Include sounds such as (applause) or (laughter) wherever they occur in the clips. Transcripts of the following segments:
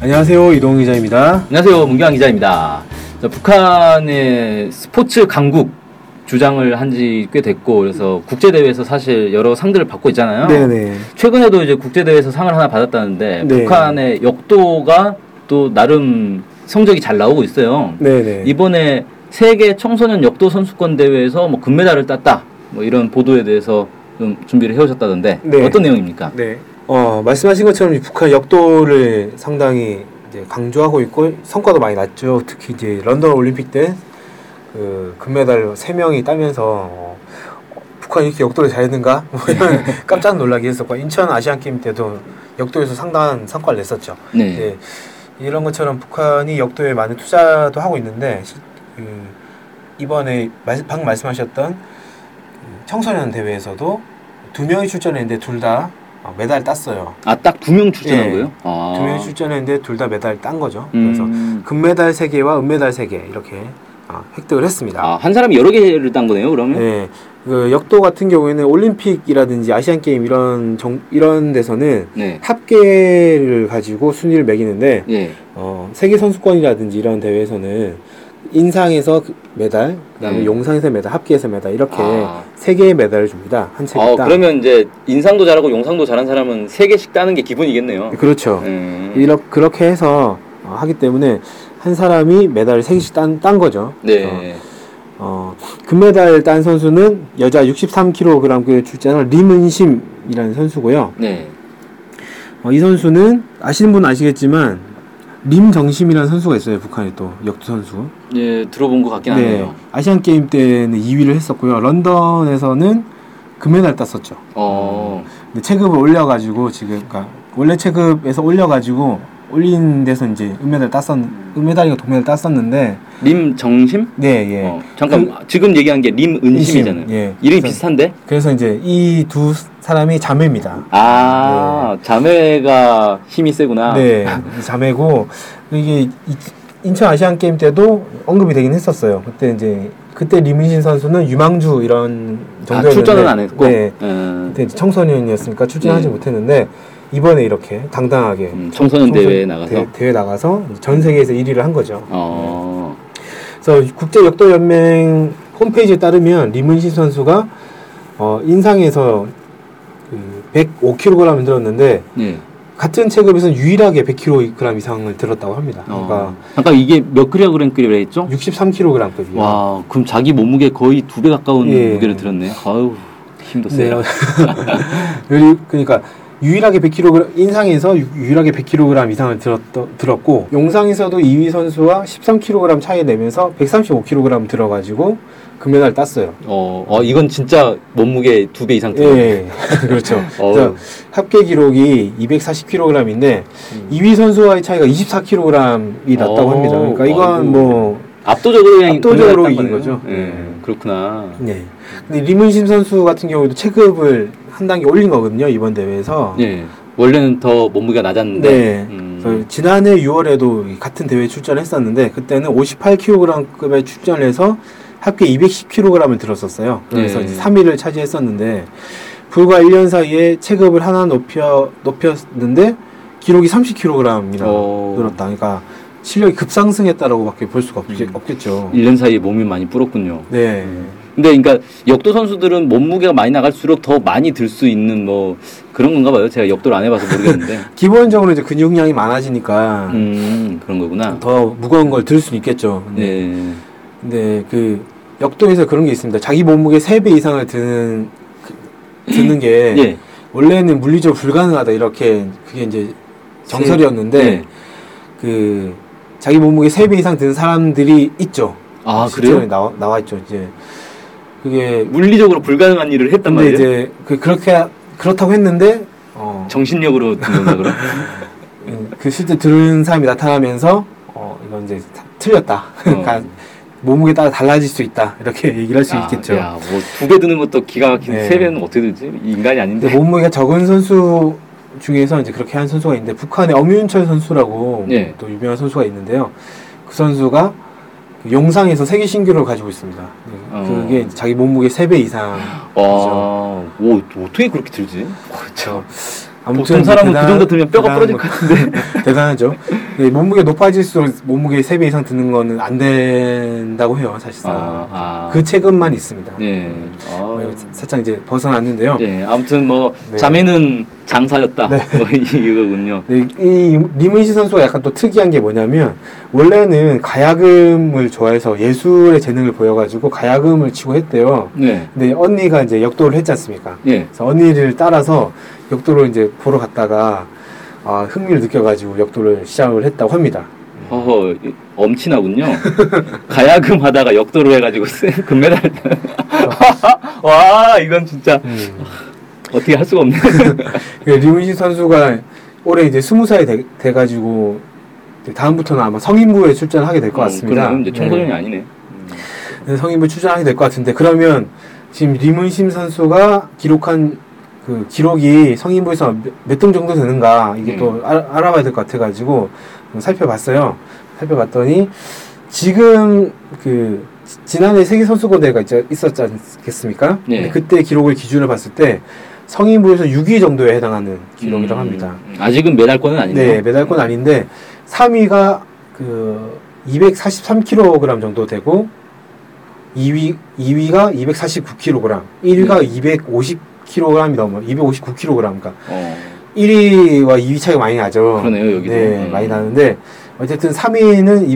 안녕하세요 이동 기자입니다. 안녕하세요. 문경환 기자입니다. 자, 북한의 스포츠 강국 주장을 한 지 꽤 됐고 그래서 국제 대회에서 사실 여러 상들을 받고 있잖아요. 네네. 최근에도 이제 국제 대회에서 상을 하나 받았다는데 네. 북한의 역도가 또 나름 성적이 잘 나오고 있어요. 네네. 이번에 세계 청소년 역도 선수권 대회에서 뭐 금메달을 땄다. 뭐 이런 보도에 대해서 좀 준비를 해 오셨다던데 네. 어떤 내용입니까? 네. 어 말씀하신 것처럼 이제 북한 역도를 상당히 이제 강조하고 있고 성과도 많이 났죠. 특히 이제 런던 올림픽 때 그 금메달 세 명이 따면서 어, 북한 이렇게 역도를 잘했는가 뭐 (laughs) 이런 깜짝 놀라게 했었고 인천 아시안 게임 때도 역도에서 상당한 성과를 냈었죠. 네. 네. 이런 것처럼 북한이 역도에 많은 투자도 하고 있는데 시- 그 이번에 말- 방금 말씀하셨던 그 청소년 대회에서도 두 명이 출전했는데 둘 다 메달 땄어요. 아, 딱 두 명 출전한 예. 거예요? 아. 두 명이 출전했는데 둘 다 메달 딴 거죠. 그래서 음. 금메달 세 개와 은메달 세 개 이렇게 어, 획득을 했습니다. 아, 한 사람이 여러 개를 딴 거네요, 그러면? 네. 그 역도 같은 경우에는 올림픽이라든지 아시안 게임 이런 정, 이런 데서는 네. 합계를 가지고 순위를 매기는데 예. 어, 세계 선수권이라든지 이런 대회에서는 인상에서 그 메달, 그다음에 네. 용상에서 메달, 합계에서 메달 이렇게 아. 세 개의 메달을 줍니다. 한 어, 책당. 그러면 이제 인상도 잘하고 용상도 잘한 사람은 세 개씩 따는 게 기본이겠네요. 그렇죠. 음. 이렇 그렇게 해서 어, 하기 때문에 한 사람이 메달을 세 개씩 딴, 딴 거죠. 어, 네. 어, 금메달 딴 선수는 여자 63kg급에 출전한 림은심이라는 선수고요. 네. 어, 이 선수는 아시는 분은 아시겠지만 림정심이라는 선수가 있어요. 북한에 또 역도 선수. 예, 들어본 것 같긴 하네요. 아시안 게임 때는 2위를 했었고요. 런던에서는 금메달 땄었죠. 어. 근데 체급을 올려가지고 지금 그러니까 원래 체급에서 올려가지고 올린 데서 이제 은메달 땄었 은메달이고 동메달 땄었는데 림 정심? 네 예. 어, 잠깐 지금 얘기한 게 림 은심이잖아요. 은심, 예. 이름이 그래서- 비슷한데? 그래서 이제 이 두 사람이 자매입니다. 아, 자매가 힘이 세구나. 네 자매고 이게 이- 인천 아시안 게임 때도 언급이 되긴 했었어요. 그때 이제 그때 리문신 선수는 유망주 이런 아, 정도였는데 출전은 안 했고. 네, 음, 그때 이제 청소년이었으니까 출전하지 네. 못했는데 이번에 이렇게 당당하게 음, 청소년 대회에 나가서. 대, 대회 나가서 전 세계에서 1위를 한 거죠. 어. 그래서 국제 역도 연맹 홈페이지에 따르면 리문신 선수가 어, 인상에서 그 105kg 들었는데 네. 같은 체급에서는 유일하게 100kg 이상을 들었다고 합니다. 어. 그러니까 잠깐 이게 몇 그램급이라 했죠? 63kg급이에요. 와, 그럼 자기 몸무게 거의 두 배 가까운 예. 무게를 들었네. 아유, 힘도 네. 세요. 유리- (laughs) 그러니까 유일하게 100kg 인상에서 유- 유일하게 100kg 이상을 들었, 들었고 용상에서도 2위 선수와 13kg 차이 내면서 135kg 들어가지고 금메달 땄어요. 어, 어, 이건 진짜 몸무게 두 배 이상 들었네. 예, (laughs) 그렇죠. 어우. 그래서 합계 기록이 240kg인데 2위 선수와의 차이가 24kg이 났다고 음. 어, 합니다. 그러니까 아이고. 이건 뭐 압도적으로 그냥 압도적으로 금메달 딴 이긴 거네요. 거죠. 예, 음. 그렇구나. 네. 근데 리문심 선수 같은 경우도 체급을 한 단계 올린 거거든요 이번 대회에서. 예. 원래는 더 몸무게가 낮았는데. 네. 음. 그래서 지난해 6월에도 같은 대회에 출전했었는데 그때는 58kg급에 출전을 해서 합계 210kg을 들었었어요. 그래서 네. 이제 3위를 차지했었는데 불과 1년 사이에 체급을 하나 높여 높였는데 기록이 30kg이나 어. 늘었다. 그러니까 실력이 급상승했다라고밖에 볼 수가 없, 음. 없겠죠. 1년 사이에 몸이 많이 불었군요. 네. 근데 그러니까 역도 선수들은 몸무게가 많이 나갈수록 더 많이 들 수 있는 뭐 그런 건가 봐요. 제가 역도를 안 해봐서 (laughs) 모르겠는데. 기본적으로 이제 근육량이 많아지니까 음, 그런 거구나. 더 무거운 걸 들 수는 있겠죠. 근데 네. 근데 그 역도에서 그런 게 있습니다. 자기 몸무게 3배 이상을 드는 그- 드는 게 예. 원래는 물리적으로 불가능하다 이렇게 그게 이제 정설이었는데 네. 그 자기 몸무게 3배 이상 드는 사람들이 있죠. 아, 실제로 그래요? 나와 나와 있죠. 이제 그게 물리적으로 불가능한 일을 했단 근데 말이에요. 이제 그 그렇게 그렇다고 했는데 어, 정신력으로 든 (laughs) 건가 그럼? 그 실제 들은 사람이 나타나면서 어 이건 이제 다- 틀렸다. (laughs) 어. 그러니까 몸무게 따라 달라질 수 있다 이렇게 얘기를 할 수 있겠죠. 아, 야, 뭐두 배 드는 것도 기가 막힌 네. 데세 배는 어떻게 들지? 인간이 아닌데. 근데 몸무게가 적은 선수 중에서 이제 그렇게 한 선수가 있는데 북한의 엄윤철 선수라고 예. 또 유명한 선수가 있는데요. 그 선수가 그 용상에서 세계 신기록을 가지고 있습니다. 네. 어. 그게 이제 자기 몸무게 3배 이상. 와, 오, 어떻게 (laughs) 그렇게 들지? 그렇죠. 보통 사람은 대단한- 그 정도 들면 뼈가 대단한 부러질 거- 것 같은데. (laughs) 대단하죠. 예, 몸무게 높아질수록 몸무게 3배 이상 드는 거는 안 된다고 해요, 사실상. 아, 그 책임만 있습니다. 네. 어, 아, 살짝 이제 벗어났는데요. 예, 아무튼 뭐 네. 자매는 장사였다. (laughs) 뭐 이- 이거군요. 네, 이 리문시 선수가 약간 또 특이한 게 뭐냐면 원래는 가야금을 좋아해서 예술의 재능을 보여가지고 가야금을 치고 했대요. 네. 근데 언니가 이제 역도를 했지 않습니까? 예. 그래서 언니를 따라서 역도를 이제 보러 갔다가 아, 흥미를 느껴가지고 역도를 시작을 했다고 합니다. 허허, 이- (laughs) 엄친하군요. 가야금 하다가 역도로 해가지고 (laughs) 금메달. 아. (laughs) 와, 이건 진짜 어떻게 할 수가 없네. 그 리문신 선수가 올해 이제 스무 살이 돼- 돼가지고 이제 다음부터는 아마 성인부에 출전하게 될 것 같습니다. 음, 그러면 이제 청소년이 아니네. 음. 네, 성인부 출전하게 될 것 같은데 그러면 지금 리문심 선수가 기록한 그 기록이 성인부에서 몇 등 정도 되는가 이게 음. 또 알, 아봐야 될 것 같아가지고 살펴봤어요. 살펴봤더니 지금 그 지- 지난해 세계 선수권 대회가 있- 있었지 않겠습니까? 네. 근데 그때 기록을 기준으로 봤을 때 성인부에서 6위 정도에 해당하는 기록이라고 음, 합니다. 아직은 메달권은 아니네요. 네, 메달권 아닌데 3위가 그 243kg 정도 되고 2위 2위가 249kg, 네. 1위가 250kg이 넘어. 259kg 그러니까 어, 1위와 2위 차이가 많이 나죠. 그러네요, 여기도. 네, 음. 많이 나는데 어쨌든 3위는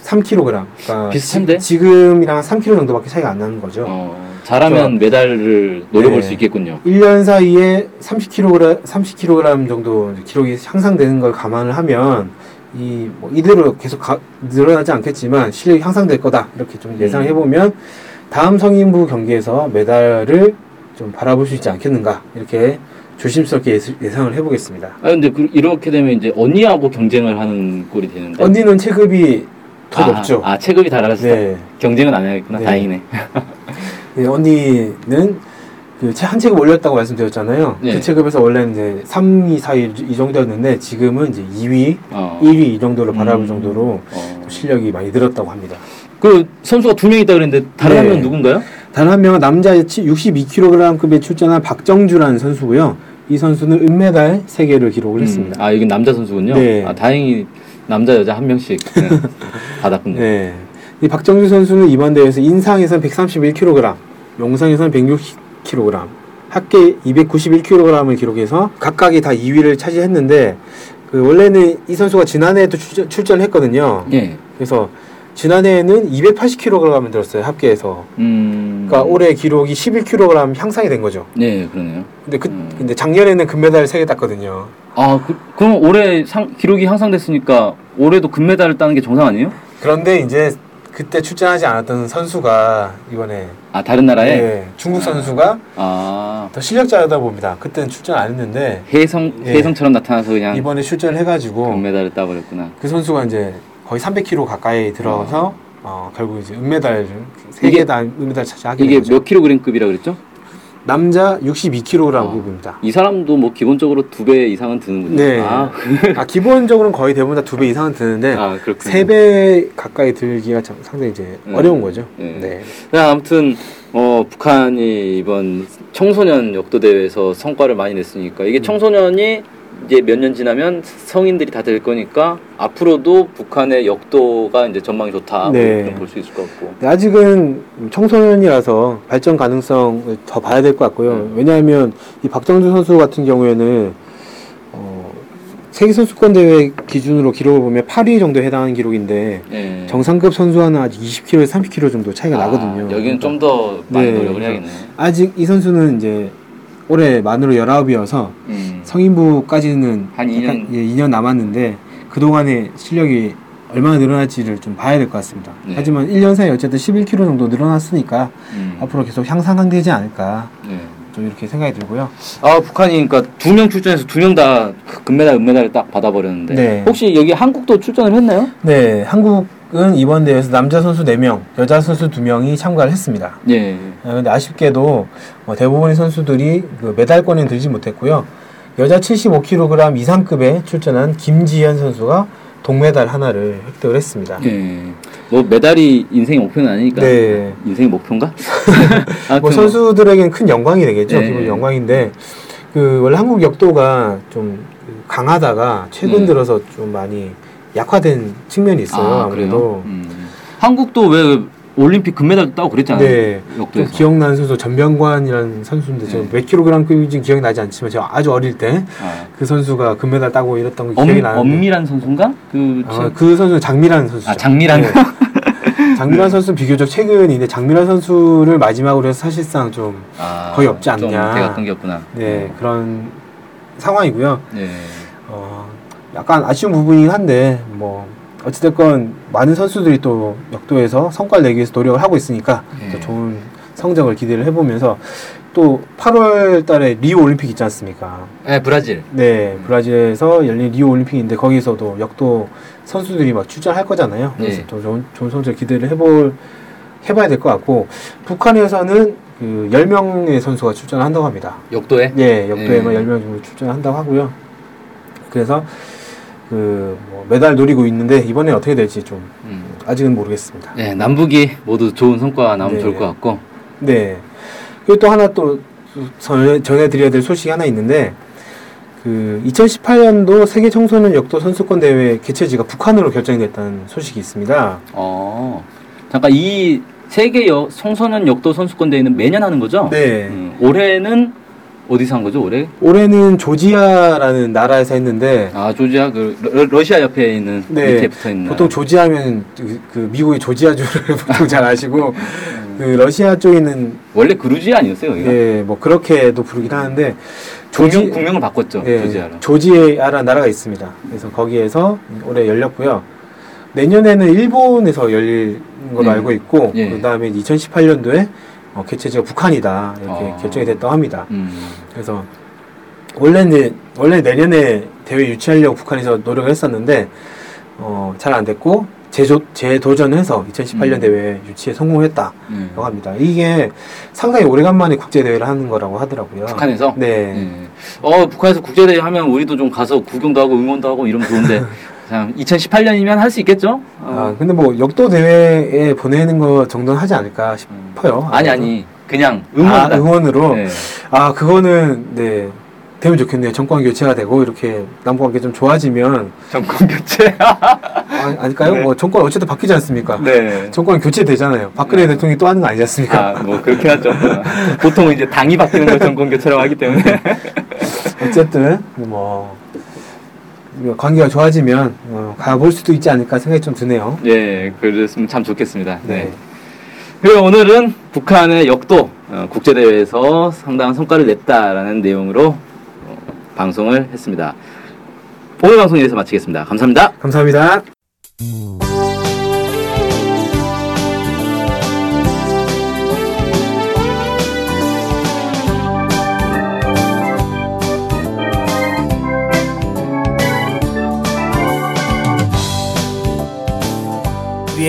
243kg. 그러니까 비슷한데? 지, 금이랑 3kg 정도밖에 차이가 안 나는 거죠. 어, 잘하면 메달을 노려볼 그렇죠. 네. 수 있겠군요. 1년 사이에 30kg, 30kg 정도 기록이 향상되는 걸 감안을 하면 이 뭐 이대로 계속 가- 늘어나지 않겠지만 실력이 향상될 거다 이렇게 음. 좀 예상해 보면 다음 성인부 경기에서 메달을 좀 바라볼 수 있지 않겠는가 이렇게 조심스럽게 예스- 예상을 해보겠습니다. 아 근데 그, 이렇게 되면 이제 언니하고 경쟁을 하는 꼴이 되는데. 언니는 체급이 더 네. 아, 높죠. 아 체급이 달라서 네. 경쟁은 안 해야겠구나. 네. 다행이네. 네, 언니는 그 한 체급 올렸다고 말씀드렸잖아요. 네. 그 체급에서 원래는 이제 3위, 4위 이 정도였는데 지금은 이제 2위, 어. 1위 이 정도로 음. 바라볼 정도로 어. 실력이 많이 늘었다고 합니다. 그 선수가 두 명 있다 그랬는데 다른 네. 한 명은 누군가요? 단 한 명은 남자 62kg급에 출전한 박정주라는 선수고요. 이 선수는 은메달 3개를 기록을 했습니다. 아 이건 남자 선수군요. 네. 아 다행히 남자 여자 한 명씩 네, (laughs) 받았군요. 네. 이 박정주 선수는 이번 대회에서 인상에선 131kg, 영상에선 160kg, 합계 291kg을 기록해서 각각이 다 2위를 차지했는데 그 원래는 이 선수가 지난해에도 출전, 출전했거든요. 예. 그래서 지난해에는 280kg을 들었어요 합계에서. 음. 그러니까 올해 기록이 11kg 향상이 된 거죠. 네 그러네요. 근데 그 음. 근데 작년에는 금메달을 세개 땄거든요. 아 그, 그럼 올해 상, 기록이 향상됐으니까 올해도 금메달을 따는 게 정상 아니에요? 그런데 이제 그때 출전하지 않았던 선수가 이번에 아 다른 나라에 예, 중국 선수가 아 더 실력자다 봅니다. 그때는 출전 안 했는데 해성 예. 해성처럼 나타나서 그냥 이번에 어. 출전을 해가지고 네. 금메달을 따버렸구나. 그 선수가 이제 거의 300kg 가까이 들어서 어, 결국 이제 은메달 음. 이게- 세개다 은메달 차지하게 된 이게 거죠. 몇 킬로그램급이라 그랬죠? 남자 어. 62kg급입니다. 이 사람도 뭐 기본적으로 두 배 이상은 드는군요. 네. 아, (laughs) 아, 기본적으로는 거의 대부분 다 두 배 이상은 드는데 아 그렇군요. 세 배 가까이 들기가 참- 상당히 이제 음. 어려운 거죠. 예. 네. 자, 아무튼 어, 북한이 이번 청소년 역도 대회에서 성과를 많이 냈으니까 이게 청소년이 이제 몇 년 지나면 성인들이 다 될 거니까 앞으로도 북한의 역도가 이제 전망이 좋다 네. 네. 볼수 있을 것 같고 근데 아직은 청소년이라서 발전 가능성을 더 봐야 될 것 같고요. 음. 왜냐하면 이 박정준 선수 같은 경우에는 어, 세계 선수권 대회 기준으로 기록을 보면 8위 정도 해당하는 기록인데 예. 정상급 선수와는 아직 20kg, 30kg 정도 차이가 아, 나거든요. 여기는 좀 더 많이 네. 노력을 해야겠네요. 그러니까. 아직 이 선수는 이제 올해 만으로 19이어서 음. 성인부까지는 한 2년. 약간, 예, 2년 남았는데 그동안의 실력이 얼마나 늘어날지를 좀 봐야 될 것 같습니다. 네. 하지만 1년 사이 어쨌든 11kg 정도 늘어났으니까 음. 앞으로 계속 향상되지 않을까 네. 좀 이렇게 생각이 들고요. 아 북한이 그러니까 두 명 출전해서 두 명 다 금메달, 은메달을 딱 받아버렸는데 네. 혹시 여기 한국도 출전을 했나요? 네, 한국은 이번 대회에서 남자 선수 4명, 여자 선수 2명이 참가를 했습니다. 예. 아, 근데 아쉽게도 어, 대부분의 선수들이 그 메달권에 들지 못했고요. 여자 75kg 이상급에 출전한 김지현 선수가 동메달 하나를 획득을 했습니다. 예. 뭐 메달이 인생의 목표는 아니니까. 네. (laughs) 인생의 목표인가? 아무튼 뭐 선수들에겐 큰뭐 영광이 되겠죠. 네. 기본 영광인데 그 원래 한국 역도가 좀그 강하다가 최근 음. 들어서 좀 많이 약화된 측면이 있어요. 아, 무래도 음. 한국도 왜 올림픽 금메달도 따고 그랬잖아요. 네. 좀 역도에서. 기억나는 선수 전병관이라는 선수인데 네. 저몇 킬로그램급인지 기억이 나지 않지만 제가 아주 어릴 때 그 아. 선수가 금메달 따고 이랬던 게 엄, 기억이 나는데 엄밀한 선수인가? 그 아, 그 선수는 장미란 선수죠. 네. 아, 장미란. (laughs) 네. 장미란 선수는 비교적 최근인데 장미란 선수를 마지막으로 해서 사실상 좀 아, 거의 없지 좀 않냐. 대가 끊겼구나. 네, 그런 상황이고요. 네. 어, 약간 아쉬운 부분이긴 한데 뭐 어찌됐건 많은 선수들이 또 역도에서 성과를 내기 위해서 노력을 하고 있으니까 네. 또 좋은 성적을 기대를 해보면서 또 8월 달에 리오 올림픽 있지 않습니까? 네, 브라질. 네, 브라질에서 열린 리오 올림픽인데 거기서도 역도 선수들이 막 출전할 거잖아요. 그래서 네. 또 좋은, 좋은 성적 기대를 해볼 해봐야 될 것 같고 북한에서는 그 10명의 선수가 출전한다고 합니다. 역도에. 예, 역도에만 예. 10명 정도 출전한다고 하고요. 그래서 그뭐 메달 노리고 있는데 이번에 어떻게 될지 좀 음. 아직은 모르겠습니다. 네, 남북이 모두 좋은 성과 나오면 네. 좋을 것 같고. 네. 그리고 또 하나 또 전해, 전해드려야 될 소식이 하나 있는데 그 2018년도 세계 청소년 역도 선수권 대회 개최지가 북한으로 결정이 됐다는 소식이 있습니다. 어. 잠깐 이 세계 여, 청소년 역도 선수권 대회는 매년 하는 거죠? 네. 음, 올해는 어디서 한 거죠? 올해? 올해는 조지아라는 나라에서 했는데 아, 조지아 그 러, 러시아 옆에 있는 네. 밑에 붙어 있는 보통 조지아면 그, 그 미국의 조지아주를 (laughs) 보통 잘 아시고 그 러시아 쪽에 있는 원래 그루지아 아니었어요, 여기가? 예, 뭐 그렇게도 부르긴 하는데 국명, 국명을 바꿨죠, 예, 조지아로. 조지아라는 나라가 있습니다. 그래서 거기에서 올해 열렸고요. 내년에는 일본에서 열릴 걸로 네. 알고 있고 예. 그다음에 2018년도에 어, 개최지가 북한이다 이렇게 아. 결정이 됐다고 합니다. 음. 그래서 원래는 원래 내년에 대회 유치하려고 북한에서 노력을 했었는데 어, 잘 안 됐고 재조, 재도전해서 2018년 음. 대회 유치에 성공했다고 네. 합니다. 이게 상당히 오래간만에 국제 대회를 하는 거라고 하더라고요. 북한에서? 네. 예. 어 북한에서 국제대회 하면 우리도 좀 가서 구경도 하고 응원도 하고 이러면 (laughs) 좋은데 참 2018년이면 할 수 있겠죠? 아, 어. 근데 뭐 역도 대회에 보내는 거 정도는 하지 않을까 싶어요. 아, 니 아니 그냥 응원 응원다. 아, 응원으로. 예. 아 그거는 네 되면 좋겠네요. 정권 교체가 되고 이렇게 남북 관계 좀 좋아지면 (laughs) 정권 교체. 아, 아닐까요? 네. 뭐 정권 어쨌든 바뀌지 않습니까? 네. 정권 교체 되잖아요. 박근혜 대통령이 또 하는 거 아니지 않습니까? 아뭐 그렇게 하죠. 보통 이제 당이 바뀌는 걸 정권 교체라고 하기 때문에. 어쨌든 뭐 관계가 좋아지면 어, 가볼 수도 있지 않을까 생각이 좀 드네요. 예, 그랬으면 참 좋겠습니다. 네. 네. 그리고 오늘은 북한의 역도 어, 국제대회에서 상당한 성과를 냈다라는 내용으로 어, 방송을 했습니다. 오늘 방송 여기서 마치겠습니다. 감사합니다. 감사합니다. 우리